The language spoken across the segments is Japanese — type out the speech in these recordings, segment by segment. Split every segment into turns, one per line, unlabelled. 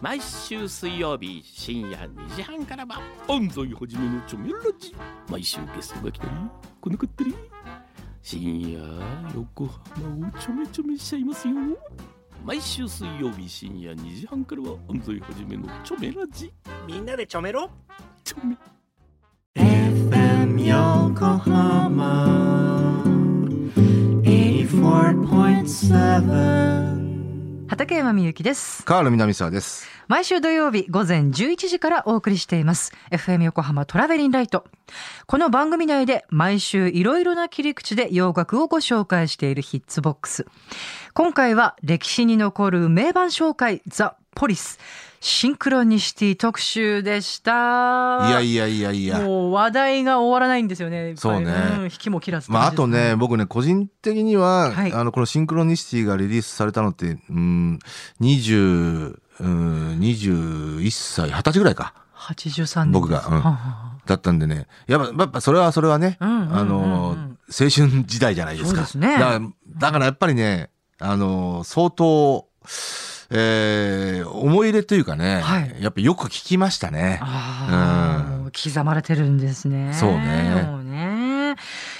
毎週水曜日深夜2時半からは安西はじめのチョメラジ毎週ゲストが来たり来なかったり深夜横浜をちょめちょめしちゃいますよ毎週水曜日深夜2時半からは安西はじめのチョメラジ
みんなでちょめろ
チョメ
FM Yokohama 84.7
畠山みゆきです
カール南沢です。
毎週土曜日午前11時からお送りしています FM 横浜トラベリンライトこの番組内で毎週いろいろな切り口で洋楽をご紹介しているヒッツボックス今回は歴史に残る名盤紹介ザ・ポリスシンクロニシティ特集でした
いやいやいやいや。
もう話題が終わらないんですよねいっぱい
そうね
ん引きも切らずって
まあ、
感
あ
じです
とね、僕ね、個人的には、
はい
あの、このシンクロニシティがリリースされたのって、うん、20、うん、21歳、20歳ぐらいか、
83年
僕がうん
はあは
だったんでね。やっぱ、やっぱそれはそれはね、
うんうんうんうん
あの、青春時代じゃないですか。
そうですね
だから、だからやっぱりね、あの、相当、えー、思い入れというかね、
はい
やっぱよく聞きましたね。
ああ、
うん
もう刻まれてるんですね。
そうね
もうね。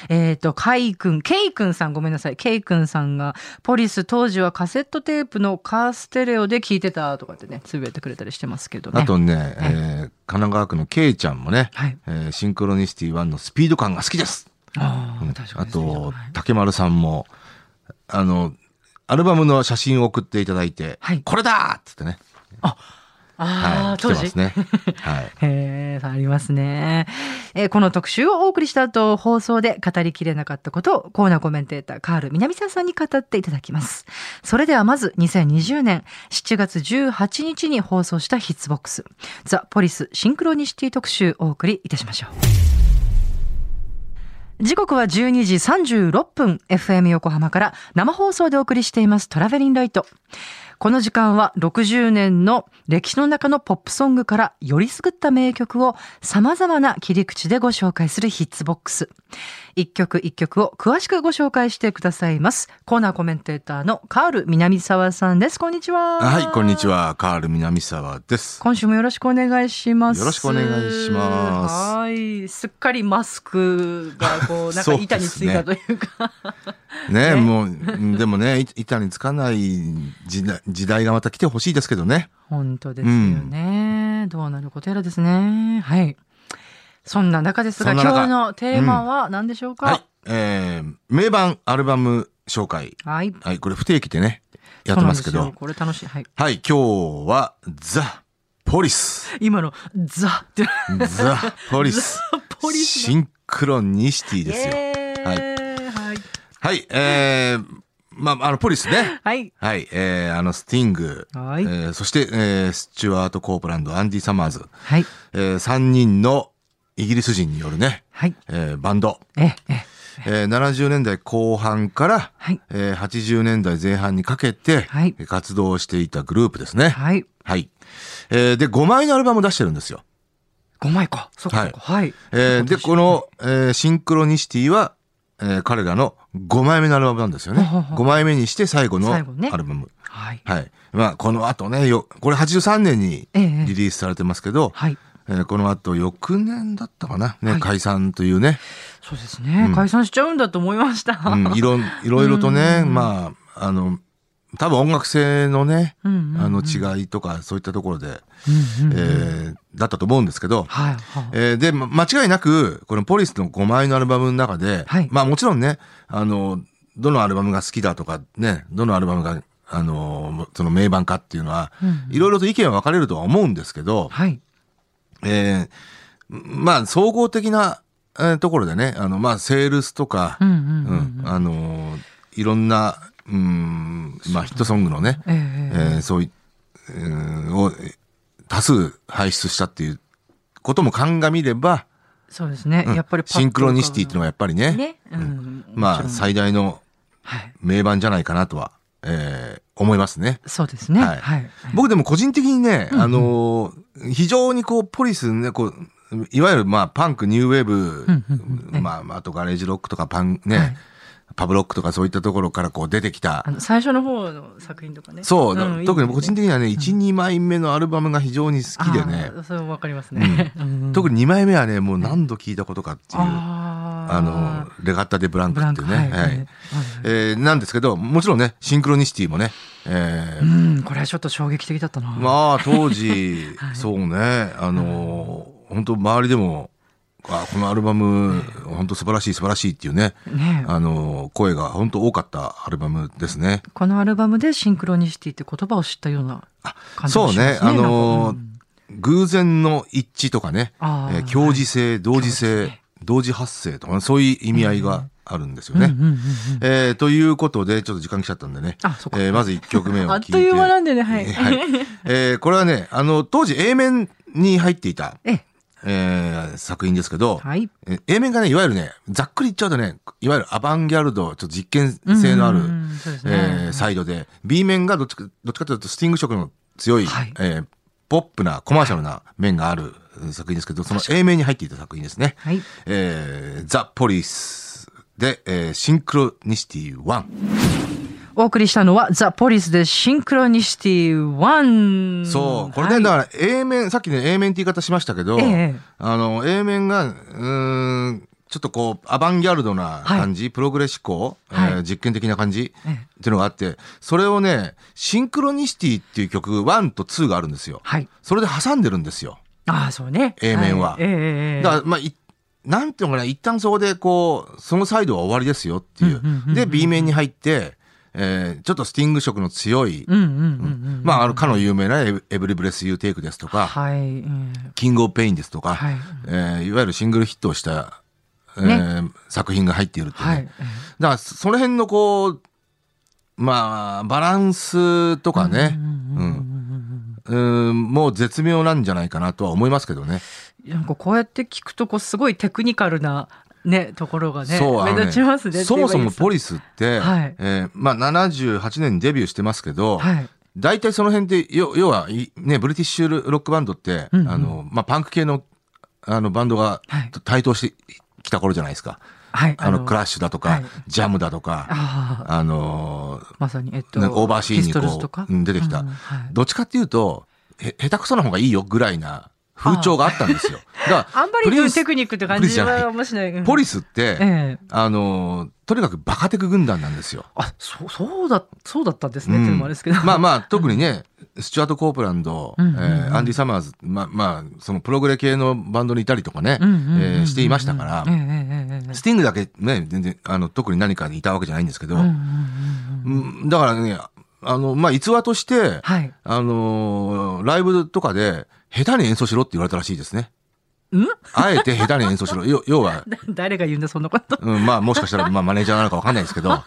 えっ、と、カイ君、ケイ君さん、ごめんなさい。ケイ君さんが、ポリス当時はカセットテープのカーステレオで聞いてたとかってね、つぶやいてくれたりしてますけどね。
あとね、えー神奈川区のケイちゃんもね、
はい。
えーシンクロニシティ1のスピード感が好きです。
あ
うん
あ、確か
あ
にそうだね。
と、竹丸さんも、あの、アルバムの写真を送っていただいて、
はい
これだっつってね、
ああ、
はい、来て
当
ま
時。
すね。はい。
へえ、ありますね。えーこの特集をお送りした後、放送で語りきれなかったことをコーナーコメンテーター、カール南沢さんに語っていただきます。それではまず、2020年7月18日に放送したヒッツボックス、ザ・ポリスシンクロニシティ特集をお送りいたしましょう。時刻は12時36分 FM 横浜から生放送でお送りしていますトラベリンライトこの時間は60年の歴史の中のポップソングからよりすぐった名曲を様々な切り口でご紹介するヒッツボックス一曲一曲を詳しくご紹介してくださいますコーナーコメンテーターのカール南沢さんですこんにちは
はい、こんにちは。カール南沢です。
今週もよろしくお願いします。
よろしくお願いします
はい、すっかりマスクがこうなんか
そうですね
板についたという か、ね
ねもう、うんでもね、い板につかない時代時代がまた来てほしいですけどね。
本当ですよね。どうなることやらですね。はい。そんな中ですが、
そん
今
な中
日のテーマは何でしょうか。
はい。えー、名盤アルバム紹介。
はい。
はい、これ不定期でね、やってますけ
そうなん
ど
ですよ。これ楽しい。はい。
はい、今日は、ザ・ポリス。
今のザって
ザ・ポリス。
ポリスの
シンクロニシティですよ。
は。
はい
はい。
はい、えー、まあ、あの、ポリスね。
はい。
はい、えー、あの、スティング、
はい
えーそして、えー、スチュワート・コープランド、アンディ・サマーズ、
はい。
えー、3人のイギリス人によるね、
はい。
えー、バンド、
ええ、ええ
えー、70年代後半から、
はい。
えー、80年代前半にかけて、
はい
活動していたグループですね。
はい。
はい。えー、で、5枚のアルバムを出してるんですよ。
五枚か。そっかそっか。はい。
えーで、この、えーシンクロニシティは、えー彼らの5枚目のアルバムなんですよね。
ほうほうほう
5枚目にして最後のア
最
ル
後ね
バム。
はい。
はい。まあ、この後ね、よ、これ83年に
ええええ
リリースされてますけど、
はい。
えーこの後翌年だったかな。ね、
はい
解散というね、
そうですね、解散しちゃうんだと思いました。
うん、いろ、いろいろとね、まあ、あの、多分音楽性のね、
うんうんうん
あの違いとかそういったところで、
うんうん
えーだったと思うんですけど、
はい、はい
えーで、ま間違いなく、このポリスの5枚のアルバムの中で、
はい
まあもちろんね、あの、どのアルバムが好きだとか、ね、どのアルバムが、あの、その名盤かっていうのは、いろいろと意見は分かれるとは思うんですけど、
はい。
えーまあ総合的な、えーところでね、あの、まあセールスとか、
うんうんうん
うんあの、いろんな、うん、まあヒットソングのね、
ええ
えーそうい、えーを多数輩出したっていうことも鑑みれば、
そうですね。
うん
やっぱりパッと
シンクロニシティっていうの
は
はやっぱりね、
ね。うん。も
まあ
ちろん
最大の
はい。
名盤じゃないかなとは、えー思いますね。
そうですね。は。
はいい
はい。
僕でも個人的にね、あのー非常にこうポリスね、こう、いわゆるまあパンク、ニューウェーブ、
うんうんうんええ
まあまああとガレージロックとかパンね、
はい
パブロックとかそういったところからこう出てきた
あの最初の方の作品とかね。
そう、だ
ん
特に個人
いい
的にはね、1、2枚目のアルバムが非常に好きで
です
ね
ね。、あーそれわかりますね。うん
特に2枚目はね、もう何度聞いたことかっていう、あ
あー
の、レガッタ・デ・ブラン
ブ
ク
ラ
っ
ン
て
ク
いうね、
はい
はいえーなんですけど、もちろんね、シンクロニシティもね、えー
うん、これはちょっと衝撃的だったな。
まあ 当時、そうねあのー本当周りでもあこのアルバム本当素晴らしい素晴らしいっていうね
ねえ
あのー声が本当多かったアルバムですね。
このアルバムでシンクロニシティって言葉を知ったような感じが
そう
しま
ね
すね。
あの
な
ー
んか
偶然の一致とかね、え
あー
ー共時性同
共
時性
時性
同時発生とかそういう意味合いがあるんですよ
うん
ね。
うんうんうん
えーということでちょっと時間来ちゃったんでね、
あ、そうか。
えーまず1曲目を
あ
聴
っ
いて
という間なんでね、はい。
えーこれはねあの当時 A 面に入っていた、
ええ、
えー作品ですけど、
はい。
え A 面がねいわゆるねざっくり言っちゃうとねいわゆるアバンギャルドちょっと実験性のある、
うんうんうんそうですね
えーサイドで B 面がどっちかどっちかというとスティング色の強い、
はい
えーポップなコマーシャルな面があるうん作品ですけどその A 面に入っていた作品ですね。
はい。
えー、ザ・ポリスで、えーシンクロニシティ1。
お送りしたのは、ザ・ポリスでシンクロニシティ1。
そう、これね、
はい
だから A 面、さっきね、A 面って言い方しましたけど、
ええ
あの、A 面が、うーん、ちょっとこう、アバンギャルドな感じ、プログレ思考、
はい
えー実験的な感じ、
ええ
っていうのがあって、それをね、シンクロニシティっていう曲、1と2があるんですよ。
はい。
それで挟んでるんですよ。
ああ、そうね。
A 面はい
ええええええ
だから、まあ、いなんていうのかな、一旦そこで、こう、そのサイドは終わりですよっていう。で、B 面に入って、えーちょっとスティング色の強い、
うんうんうんうん。
まあ、あの、かの有名なエブエブリブレス・ユー・テイクですとか、
はい。うん
キングオブペインですとか、
はい
いえーいわゆるシングルヒットをした、えー作品が入っているっていうね、
はい。
だからその辺のこうまあバランスとかねうんうんもう絶妙なんじゃないかなとは思いますけどね。
なんかこうやって聞くとこうすごいテクニカルなねところがね
そうあの
目
ね
立ちますね。
そもそもポ
リ
リスって、
はい
えーまあ、78年にデビューしてますけど、
はい
大体その辺で要要はいね、ブリティッシュロックバンドって、
うんうん
あのまあ、パンク系のあのバンドが
はい
台頭してきた頃じゃないですか。
はい
あの、クラッシュだとか、
はい
ジャムだとか、
ああ
あの
まさにえっと
ーなんかオーバーシーに
ピストルズと
こ
か
ううん、出てきた、
うんはい
どっちかっていうと、へ、下手くそな方がいいよぐらいな風潮があったんですよ。だから、
あんま
プリン
り
ス
テクニックって感
プリン
じ
スじゃない
は面白い。うん
ポリスっ
え
て、
え
あのーとにかくバカテク軍団なんですよ。
あそうそうだそうだったんですね。
う
っ
ん
ていうのもあれですけど。
まあまあ、特にね、スチュアート・コープランド、
うんうんうん
えーアンディ・サマーズ、まあまあ、そのプログレ系のバンドにいたりとかね、え
うんうんうんうん
ーしていましたから
ええ、ええええ
スティングだけね、全然、あの、特に何かにいたわけじゃないんですけど、
うんうんうんうん
うんだからね、あの、まあ、逸話として、
はい。
あのーライブとかで、下手に演奏しろって言われたらしいですね。
ん
あえて下手に演奏しろ。よ要は、
誰が言うんだそんなこと。
うん、まあ、もしかしたら、まあ、マネージャーなのかわかんないですけど、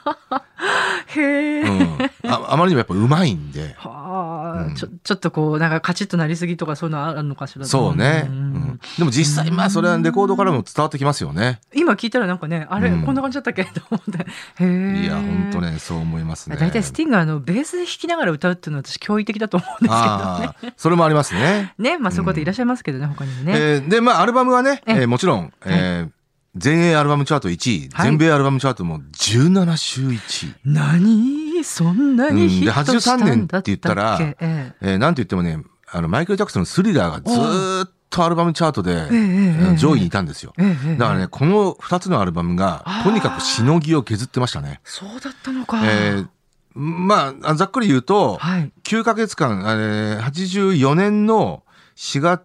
へ
う
え。
ん。ああまりにもやっぱうまいんで、
は
う
あ
ん
ちょちょっとこうなんかカチッとなりすぎとかそういうのあるのかしら。
そうね。うん
んうん
ん、でも実際、まあ、それはレコードからも伝わってきますよね。
今聞いたらなんかねあれ、
うん
こんな感じだったっけと思ってへえ
いや、本当ね、そう思いますね。
大体スティングはあのベースで弾きながら歌うっていうのは私驚異的だと思うんですけどね
ああ、それもありますね。
ねまあそういう方いらっしゃいますけどね、他にもね、
えーで、まあ、アルバムはね、
え
えーもちろん、えー全英アルバムチャート1位、全米アルバムチャートも17週1位。
何そんなにヒットしたんだったっけ、
うんで83年って言ったら
ええ
えーなんと言ってもね、あの、マイケル・ジャクソンのスリラーがずーっとアルバムチャートで
ええええ
上位にいたんですよ。
ええええ
だからね、この2つのアルバムが
あー、
とにかくしのぎを削ってましたね。
そうだったのか、
えーまあ、ざっくり言うと、
はい
9ヶ月間、えー84年の4月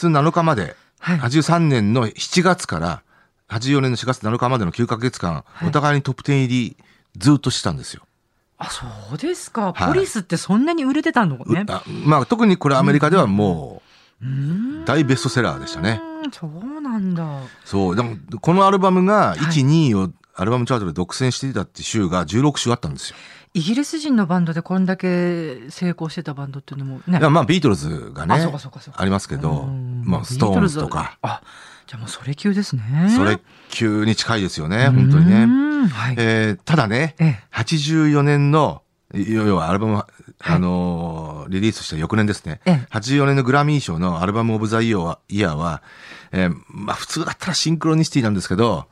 7日まで、
はい
83年の7月から、84年の4月7日までの9ヶ月間、
い
お互いにトップ10入り、ずーっとしてたんですよ。
あそうですか、
はい
ポリスってそんなに売れてたの
う
ね
あまあ、特にこれアメリカではも
うーん
う、大ベストセラーでしたね。
そうなんだ
そう、でも、このアルバムが1、
はい
2位をアルバムチャートで独占していたって週が16週あったんですよ。
イギリス人のバンドでこんだけ成功してたバンドっていうのもね
いやまあ、ビートルズがね、
あそうかそうかそうか
ありますけど、
うん
まあ、ストーンズとか、
ビートルズあじゃあもうそれ級ですね
それ級に近いですよね、本当に
う
ね。
んはい
えーただね、
え
84年の、い要はアルバム、
い
あのーリリースした翌年ですね。
ええ84
84年のグラミー賞のアルバムオブザイヤーは、イヤーはえーまあ普通だったらシンクロニシティなんですけど、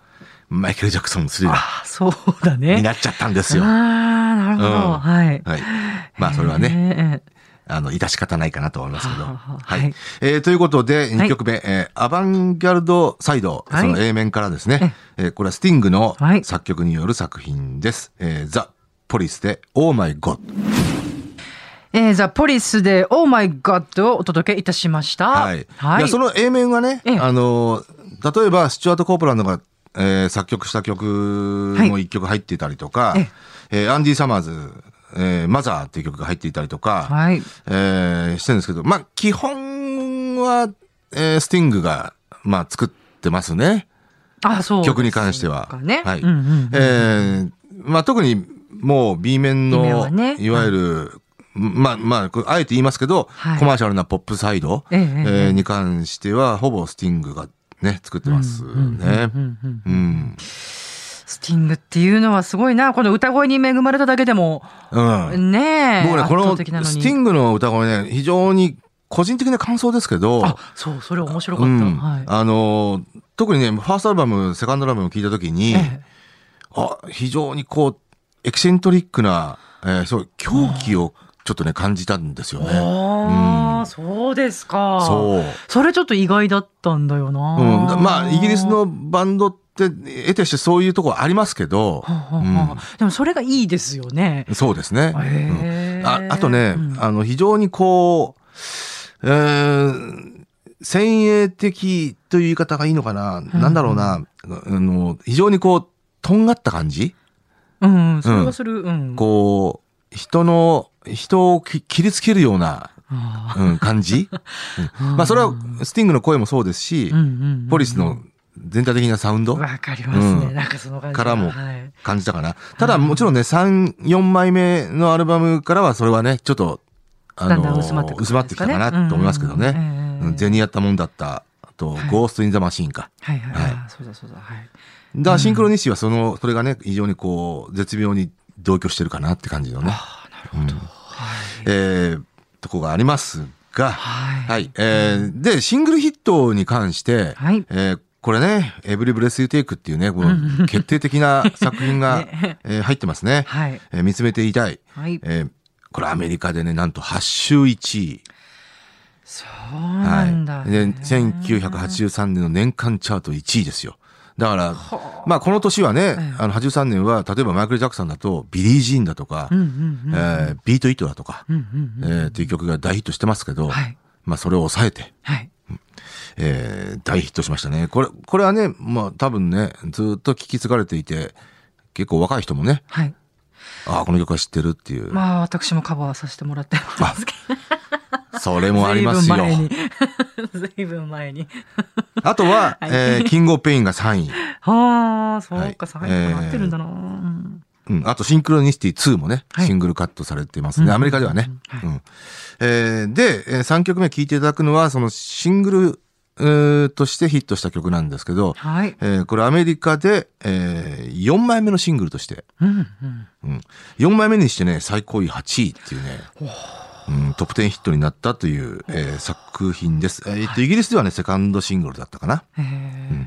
マイケル・ジャクソンのスリラ
ああ、そうだ
ーに
ね。
なっちゃったんですよ。は
ああ、なるほど。
うん
はい。
い。まあそれはね、
ね。
あの、致し方ないかなと思いますけど。
はあはあ
は
はいい。
えーということで、2曲目、えーアバンギャルドサイド、
はい
その A 面からですね、えーこれはスティングの
はい
作曲による作品です。えーザ・ポリスで、オーマイ・ゴッド。
えー、ザ・ポリスで、オーマイ・ガッドをお届けいたしました。
はい。
はいい。
やその A 面はね、
ええ
あのー、例えば、スチュワート・コープランドが、えー作曲した曲も1曲入っていたりとか、
ええ
えーアンディ・サマーズ、えーマザーっていう曲が入っていたりとか、
はい。
えーしてるんですけど、まあ、基本は、えースティングが、まあ、作ってますね。
あ、そう。
曲に関しては。
かね。
はい。
うんうんうん
えーまあ、特に、もう B 面
B 面
の、
はね
いわゆる、まあ、まあ、これあえて言いますけど、
はい
コマーシャルなポップサイド、
えええ
え
え
ーに関しては、ほぼスティングがね、作ってますね。うん。
スティングっていうのはすごいな。この歌声に恵まれただけでも、
うん。
ねえ。
僕ね、
圧
こ
倒
のステ
的なのに
ィングの歌声ね、非常に個人的な感想ですけど、
あ、そう、それ面白かった。
うん
はい。
あのー特にねファーストアルバムセカンドアルバムを聴いた時に、
え
あ非常にこうエキセントリックな、えーそう狂気をちょっとね感じたんですよ
え
ね。
ああ、
うん
そうですか。
そう、うん、
それちょっと意外だったんだよな。
まあイギリスのバンドって得てしてそういうところありますけど
はあ、はあはあでもそれがいいですよね。
そうですね。うん
へえ
ああとね、
うん
あの非常にこう、えー先鋭的という言い方がいいのかな、なんだろうな、あの非常にこうとんがった感じ、
うん、それはする。うん。
こう、人の、人をき切りつけるような、
あ
うん、感 じ。うんまあ、それは、スティングの声もそうですし
ーうん、うんうん
ポリスの全体的なサウンド
わかりますね。
うん
なんかその感じ
からも
はい
感じたかな。ただ、もちろんね、3、4枚目のアルバムからは、それはね、ちょっと、あ
だんだん薄まってくるんです
薄
かね
まってきたかなと思いますけど
うんうん
ね
うんえ。え
ゼニやったもんだった。あと
はい、
ゴースト・イン・ザ・マシーンか。
はいはい
はい
あーそうだそうだ。はい。
だからシンクロニシティは、その、それがね、非常にこう、絶妙に同居してるかなって感じのね。なるほど。
はい。
えーとこがありますが、
は。
はいい。えーで、シングルヒットに関して、
はい
えーこれね、エブリブレスユーテイクっていうね、こ の決定的な作品が、
ね
えー入ってますね。
はい。
えー見つめていたい。
はい。
えーこれアメリカでね、なんと8週1位。
そうなんだ、
い。で、1983年の年間チャート1位ですよ。だから、まあこの年はね、あの83年は、例えばマイケル・ジャクソンだと、ビリー・ジーンだとか、
うんうんうん。
えービート・イットだとか、
うんうんうん。
えーっていう曲が大ヒットしてますけど、
はい
まあそれを抑えて、
はい。
えー大ヒットしましたね。これ、これはね、まあ多分ね、ずっと聞き継がれていて、結構若い人もね、
はい。
ああ、この曲は知ってるっていう、
まあ、私もカバーさせてもらってますけ
それ
ど。
もありま すよ。
ずいぶん前に。ずいぶん前に。
あとは、
はい
えーキングオブペインが3位。
はあ、そうか、
はい
最後になってるんだな。うん
うん。あと、シンクロニシティ2もね、
はい
シングルカットされてますね。アメリカではね。うん、えーで、え3曲目聴いていただくのは、そのシングル、えーとしてヒットした曲なんですけど、
はい。
えーこれアメリカで、え4枚目のシングルとして、
うんうん。
うん、4枚目にしてね最高位8位っていうね、うん、トップ10ヒットになったという、えー作品です、えーっとイギリスではねセカンドシングルだったかな、
へえ。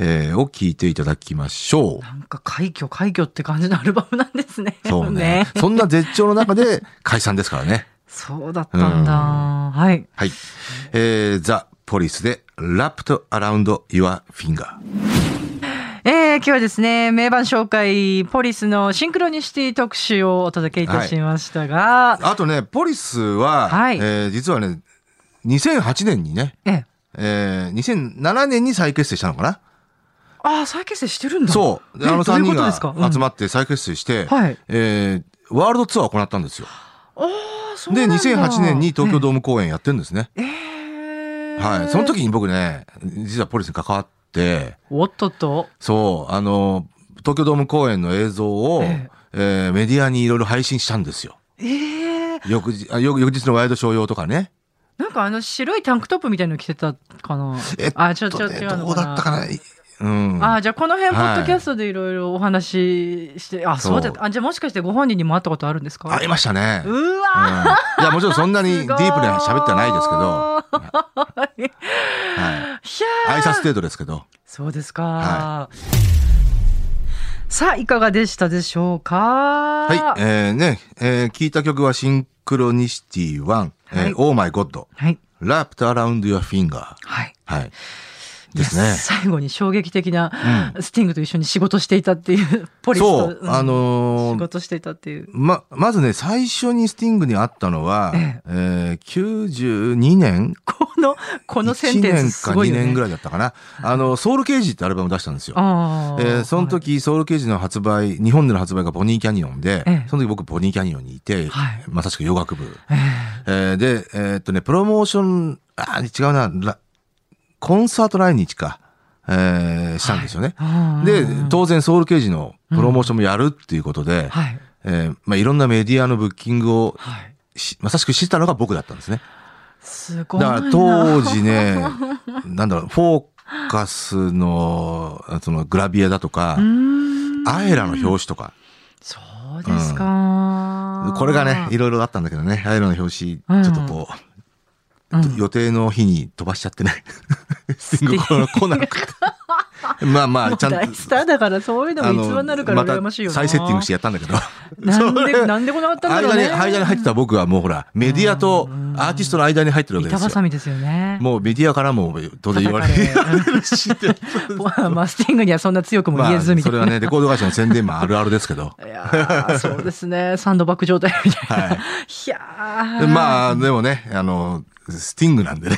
えーを聴いていただきましょ
なんか、快挙、快挙って感じのアルバムなんですね。
うそうねそんな絶頂の中で解散ですからね
そうだったんだ。はい。
はいえー、ザ・ポリスで「ラプト・アラウンド・ユア・フィンガー
えー、今日はですね、名盤紹介、ポリスのシンクロニシティ特集をお届けいたしましたが、」
あとねポリスは、
はい
えー実はね2008年にね、
ええ
えー、2007年に再結成したのかな
ああ、再結成してるんだ。
そう。
え
であの
どうい
3
うこ
人
とですか
が集ま
っ
って再結成して、
はい
えーワールドツアーを行ったんですよ。
て、
で、2008年に東京ドーム公演やってるんですね。
ええ
はい。その時に僕ね、実はポリスに関わって、
おっとっと。
そう、あの、東京ドーム公演の映像を、
え
えーメディアにいろいろ配信したんですよ。
ええ
翌日、あ翌翌日のワイドショー用とかね。
なんかあの白いタンクトップみたいの着てたかな。
えっ
あ、ちょ、ち
と
ょ、
ね
違う
ど
のか
うだ
な。
ったかな。うん。
あじゃあこの辺、ポ
はい
ッドキャストでいろいろお話しして、あ、そうだった。あ、じゃあもしかしてご本人にも会ったことあるんですか
ありましたね。
う
うん
わー
いや、もちろんそんなにディープには喋ってはないですけど、
ど。
はい
や
挨拶程度ですけど。
そうですか、
は
さあ、いかがでしたでしょうか
はい、えー、ね、えー、聞いた曲はシンクロニシティ1、え
は
ー
い、
Oh My God、
はい。
Wrapped Around Your Finger。
はい。
はい。
いや
ですね
最後に衝撃的な、スティングと一緒に仕事していたっていう、ポリス
そ
と、
う、
うん
あの
仕
ー、
事していたっていう。
ま、まずね、最初にスティングに会ったのは、
え
えー、92年
この、このセンテンスすごい
1
よ、ね。
年か2年ぐらいだったかな。あの、ソウルケージってアルバム出したんですよ。
あ
え
あ
ーその、時、ソウルケージの発売、日本での発売がボニーキャニオンで、
ええ
その時僕ボニーキャニオンにいて、
はい
まさしく洋楽部。
はい
えーで、えーっとね、プロモーション、あー違うな、ラコンサート来日か、えーしたんですよね。
あー
で、当然ソウルケージのプロモーションもやるっていうことで、
はい。
えーまあ、いろんなメディアのブッキングを
はい。
しまさしくしてたのが僕だったんですね。
すご
だ
いな。
から当時ね、なんだろう、フォーカスの、そのグラビアだとか
う、ーん
アエラの表紙とか、
そうですか、
これがね、いろいろあったんだけどね、アイロンの表
うん
紙、ちょっとこう、
うん
と予定の日に飛ばしちゃってね。スティングコーナー来なくて。まあま あ、ちゃんと。
大スターだからそういうのも逸話になるから
あの
羨ましいよ
ま
な。
た再セッティングしてやったんだけど。
なん で、なんでこんなあったんだろ
間
う
に、
ね。
間に入ってた僕はもうほら、メディアとアーティストの間に入ってるわけで
板
すよ
挟。みですよね。
もうメディアからも当然言われ
叩かれ
るし。
まあ、スティングにはそんな強 くも
ま
言え
あ、
ずみた
そ
い
れ
な。
はね、レコード会社の宣伝もあるあるですけど。
いやーそうですね。サンドバッグ状態みたいな。、
はいい。
やー
まあ、でもね、あの、スティングなんでね。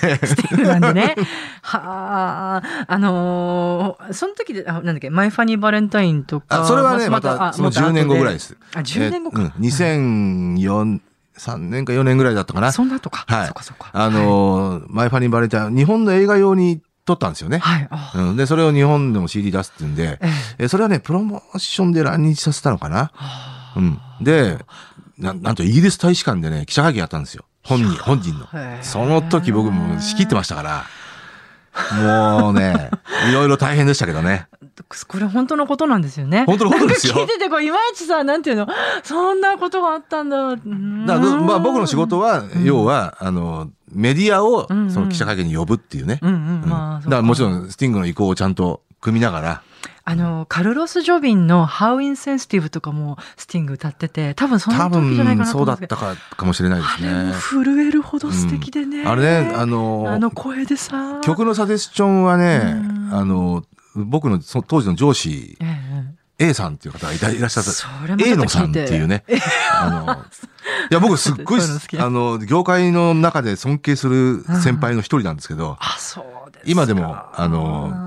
なんでね。はあ、あのーその時で、あ、なんだっけ、マイファニーバレンタインとか。
あそれはね、ま
あ
た、その
また後
10年後ぐらいです。
あ、10年後か。
えーうん、2004、3年か4年ぐらいだったかな。
そんなとか。
はい
そっかそっか。
あのー、マイファニーバレタイン、日本の映画用に撮ったんですよね。
はい。あ
うん、で、それを日本でも CD 出すっていうんで、
ええ
えそれはね、プロモーションで来日させたのかな。うん。で、ななんとイギリス大使館でね、記者会見やったんですよ。本人、本人の
へえ。
その時僕も仕切ってましたから。もうね、 いろいろ大変でしたけどね。
これ本当のことなんですよね。
本当のことですよ
なんか聞いてて、こう、いまいちさ、なんていうの、そんなことがあったんだ。だか
だからまあ、僕の仕事は、要は、あの、メディアを
うんうん
その記者会見に呼ぶっていうね。
うんうん、
うん
まあ、
だからもちろ
ん。
ん、スティングの意向をちゃんと組みながら、
あの、カルロス・ジョビンの How Insensitive とかも、スティング歌ってて、多分その
多
時じゃないかな
分
と
そう
思
だ
うん
っ
ですけ
た
ど。
かかもしれないで
あ
す
れも
ね。
震えるほど素敵でね。
あれね、あの、
あの声でさ。
曲のサジェスチョンはね
う、ん
あの、僕のそ当時の上司
え、え、
A さんっていう方がいらいらっしゃった。
それもちょ
A
っと聞いて
のさんっていうね。 あの、いや、僕すっごい
そういうの好き、だ
あの、業界の中で尊敬する先輩の一人なんですけど、
あ、そうですか。
今でも、あの、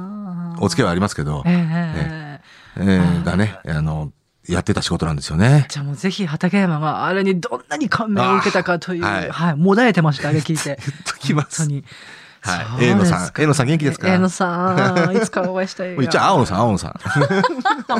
お付き合いはありますけど
え、えええ
えーがね、あの、やってた仕事なんですよね。
じゃあもうぜひ畠山があれにどんなに感銘を受けたかという、
あー
は、
はいい
もだえてました、あれ 聞いて。
言っときま
本
す
当。に。
は
そう
い。A の
です
さん、A のさん元気ですか
えのさん、いつかお会いしたい。
もう言っちゃう青野さん、青野さん。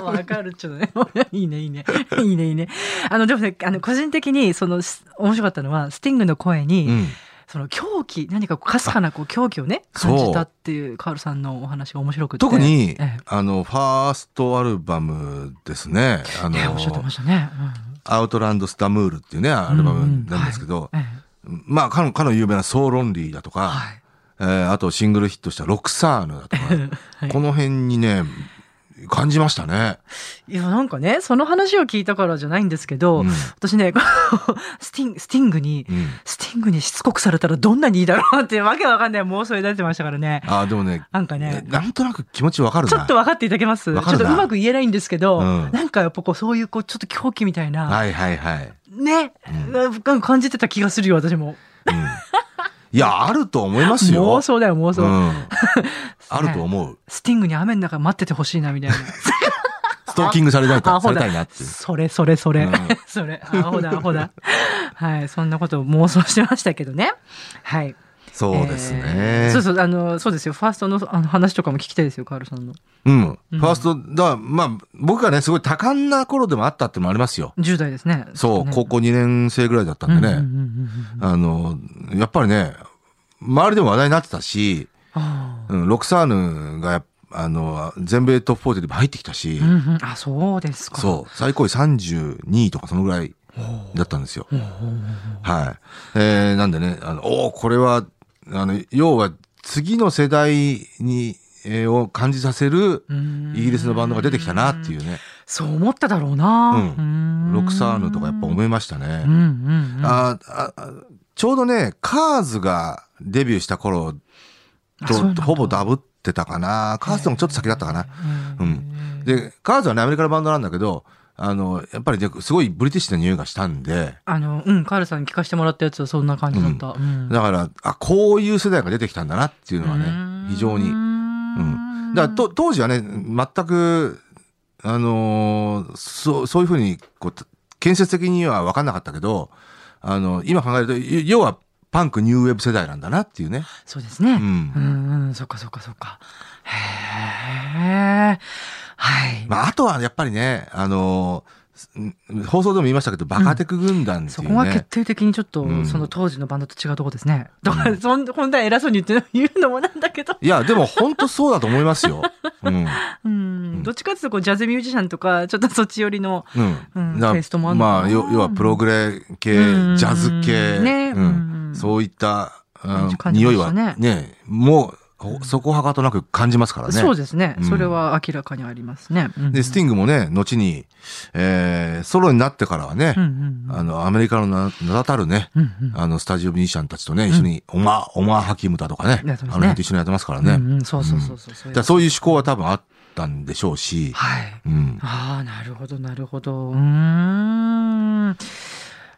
わかる、ちょっとね。いいね、いい ね。いいね、いいね。あの、でもね、あの、個人的に、その、す面白かったのは、スティングの声に、
うん。
その狂気、何かこう、かすかな、こう、狂気をね、
そう
感じたっていう、カールさんのお話が面白くて。
特に、
え
あの、ファーストアルバムですね。あ
え、
の
ええ、おっしゃってましたね。
アウトランド・スタムールっていうね、
うん
アルバムなんですけど、
うんうん
まあ、かの、かの有名なソーロンリーだとか、
はい
えーあとシングルヒットしたロクサーヌだとか、
はい
この辺にね、感じましたね。
いや、なんかね、その話を聞いたからじゃないんですけど、
うん
私ね、こうスティング、スティングに、
うん
スティングにしつこくされたらどんなにいいだろうなってわけわかんない妄想になってましたからね。
ああ、でもね、
なんかね、
なんとなく気持ちわかるな。
ちょっと分かっていただけますちょ
わか
っ
る
と
な
うまく言えないんですけど、
うん
なんかやっぱこうそういうこうちょっと狂気みたいな、
はいはいはい。
ね、うん感じてた気がするよ、私も。
うん、いや、あると思いますよ。
妄想だよ、妄想。
うん。あると思う。
スティングに雨の中待っててほしいな、みたい な。
ストーキングされたい
あ
と
ほ
され
だ
たいなっていう。
それそれそれ、
うん
それアホだアホだはいそんなことを妄想してましたけどねはい
そうですね。
えーそうそうあのそうですよファーストのあの話とかも聞きたいですよカールさんの
うん。
う
フ
ん
ァースト、だ、まあ、僕がね、すごい多感な頃でもあったってのもありますよ。
10代ですね
そう、
ね
高校2年生ぐらいだった
うんんう
で
んうんう
ね。
ん
あの、やっぱりね、周りでも話題になってたし、
あ
うん、ロクサーヌがやっ、あの、全米トップ40でも入ってきたし
ー、うんうんあそうですか
そう、最高位32位とかそのぐらいだったんですよ。はい。えー、なんでね、あの、おーこれは、あの、要は、次の世代に、えーを感じさせる、
うーん
イギリスのバンドが出てきたなっていうね。
そう思っただろうな。
ロクサーヌとかやっぱ思
い。
いましたね
うん。うんうん。
あああちょうどね、カーズがデビューした頃
あそうなん
と
だ
ほぼダブってたかな。カーズでもちょっと先だったかな。
う。
うんで、カーズはね、アメリカのバンドなんだけど、あの、やっぱりね、すごいブリティッシュな匂いがしたんで、
あの、うん、カールさんに聞かせてもらったやつはそんな感じだった。うん
だから、あ、こういう世代が出てきたんだなっていうのは
うん
ね、非常に。
ん
だからと当時はね、全く、あのーそう、そういうふうに、こう、建設的には分かんなかったけど、あの、今考えると、い要は、パンクニューウェーブ世代なんだなっていうね。
そうですね。
うん
うんうん、そっかそっかそっか。へえ。はい。
まあ、あとはやっぱりね、あのーす放送でも言いましたけど、バカテク軍団って
そ
いう
こが決
ね。
定的にちょっと、
うん
その当時のバンドと違うとこですね。だから、そん、本題偉そうに言って 言うのもなんだけど、
いや、でも本当そうだと思いますよ。 うん。
うん、どっちかっていうとこう、ジャズミュージシャンとか、ちょっとそっち寄りの、
うん。
うん
だから
テイストもあんのかな
まあ、よ要はプログレ系、ジ
うん
ャズ系、
ね
う
うんん
そういった、
感じ
うん
感じま
匂い
した
は
ね
ね、もうほ、そこはかとなく感じますからね。
そうですね、
うん
それは明らかにありますね。うん
で、スティングもね、後に、えーソロになってからはね、
うんうんうん
あの、アメリカのな名だたるね、
うんうん
あの、スタジオミュージシャンたちとね、一緒に、オマー、オマーハキムだとかね、
いやそうですね
あの辺と一緒にやってますからね。
うんうんそうそうそうそう。そ
だ
う
からそういう思考は多分あったんでしょうし、
はい。
うん。
ああ、なるほど、なるほど。うーん。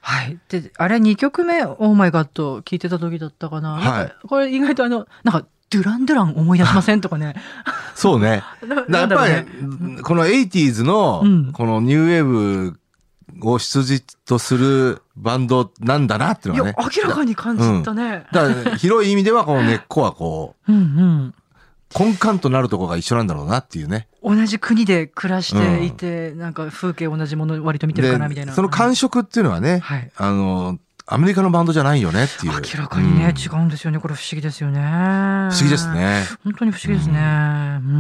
はい。で、あれ、2曲目、オーマイガッド、聞いてた時だったかな。
はい
なんかこれ、意外とあの、なんか、ドゥランドゥラン思い出しませんとか ね。
そうね。
な
だ
なんだ
から
ろう
やっぱ
ね。
り、この 80s の
うん、
このニューウェーブを出自とするバンドなんだなってい
いう
の
や、
はね。
明らかに感じたね。
だから、広い意味では、この根っこはこう、
うんうん。
根幹となるところが一緒なんだろうなっていうね。
同じ国で暮らしていて、なんか風景同じもの割と見てるかなみたいな。
その感触っていうのはね、
はい
あの、アメリカのバンドじゃないよねっていう。
明らかにね、
うん
違うんですよね。これ不思議ですよね。不
不思議です。ね。
本当に不思議ですね。うん、うんう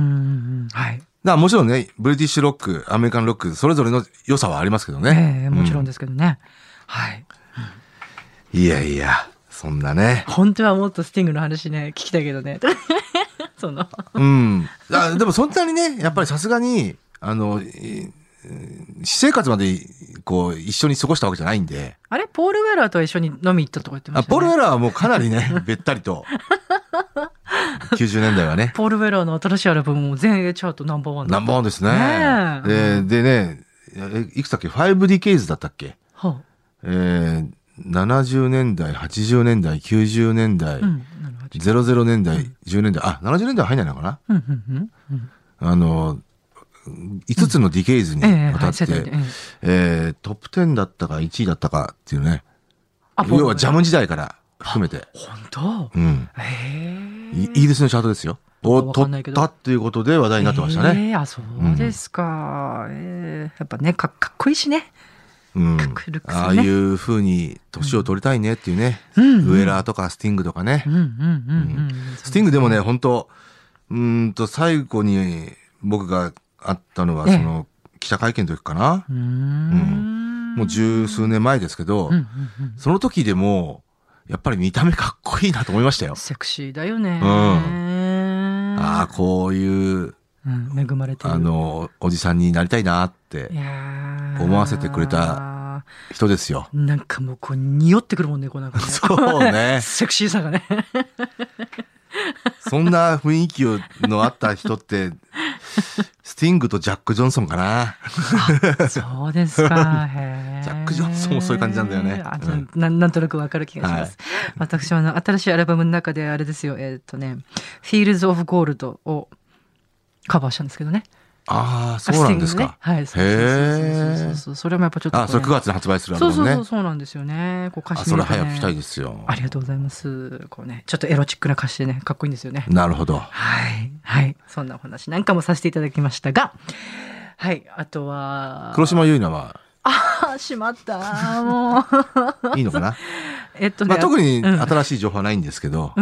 ん、はい。
だからもちろんね、ブリティッシュロック、アメリカンロック、それぞれの良さはありますけどね。
ええもちろん
う
ですけどね。はい。
いやいや、そんなね。
本当はもっとスティングの話ね、聞きたいけど ね。その。
うん。あでもそんなにね、やっぱりさすがに、あの、い私生活まで、こう、一緒に過ごしたわけじゃないんで。
あれポール・ウェラーとは一緒に飲み行ったとか言ってま
あ
した、ね。
ポール・ウェラーはもうかな りね、べったりと。90年代はね。
ポールウェラーの新しいアルバムも全英チャートナンバーワンだ
ナンバーワンですね。
ねえ
ででね、えいくつだっけ ?5DKs だったっけ
は
えー、70年代、80年代、90年代、
あ、うん。なるほど。
00年代、10年代、あ、70年代は入んないのかな
うんうんうんうん。
あの、5つのディケイズに
ええ
わた
はい
って
世、代で。ええ
えートップ10だったか1位だったかっていうね。
あポール
要はジャム時代から含めて。
本当
うん。
ええ
いイギリスのチャートですよ。を
わかん
取
ないけ
っ
ど
たっていうことで話題になってました
え
ね。
えあ、そうですか。ええやっぱねか、かっこいいしね。
うん
かっこいいルックスね
ああいう風に年を取りたいねっていうね、
うんうん
ウェラーとかスティングとかね、
うんうんうんうん。
スティングでもね本当うーんと最後に僕が会ったのは
ええ
その記者会見の時かな、
うーん。
もう十数年前ですけど、
うんうんうん。
その時でもやっぱり見た目かっこいいなと思いましたよ。
セクシーだよね。
うんああこういう
うん、恵まれてる。
あのおじさんになりたいなって
いやー
思わせてくれた。人ですよ。
なんかもうこう、匂ってくるもんね、こうなんか、ね。
そうね。
セクシーさが ね。
そんな雰囲気のあった 人って、スティングとジャック・ジョンソンかな。
そうですか。へー
ジャックジョンソンもそういう感じなんだよね
あ
うん
なんなんなんとなくわかる気がします。私はあの、新しいアルバムの中であれですよ、えーっとね、Fields of Gold をカバーしたんですけどね。
ああ、そうなんですか。
あスティングねはい。そうそうそうそうそうそう。それもやっぱちょっとこ
あ、
ね。
それ9月に発売するアル
そう
バ
そ
ム
う
ね。
そうそうなんですよね。こう歌
あ、
詞
そ
見
れ
るとね
早く聞きたいですよ
あ。りがとうございます。こうね、ちょっとエロチックな歌詞でね、かっこいいんですよね。
なるほど。
はい。はい。そんなお話なんかもさせていただきましたが、はい。あとは、
黒島結菜は
あーしまった。も う。
いいのかな、
えっとね、
まあ、特に
うん
新しい情報はないんですけど、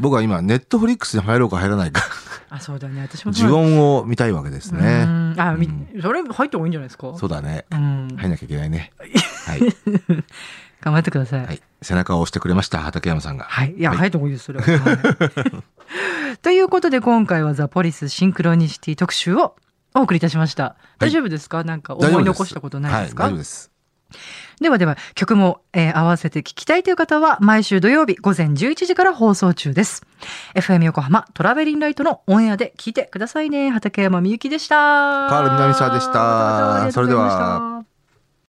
僕は今、ネットフリックスに入ろうか入らないか、
あ、そうだね。私も そう
呪音を見たいわけです
だう
ね。
んあ、み
うん
それ入った方がいいんじゃないですか
そうだね。
うん。
入んなきゃいけな いね。はい。
頑張ってください。
はい。背中を押してくれました、畠山さんが。
はい。いや、
はい
早いとこいいです、それは。 はいということで、今回はザ・ポリスシンクロニシティ特集をお送りいたしました。
い
大丈夫ですかなんか
大丈夫
思い残したことないですか、
はい、大丈夫です。
ではでは曲も、えー合わせて聞きたいという方は毎週土曜日午前11時から放送中です。FM 横浜トラベリンライトのオンエアで聞いてくださいね。畠山みゆきでした。
河原南沢でした
どうもありがとうございまし
それでは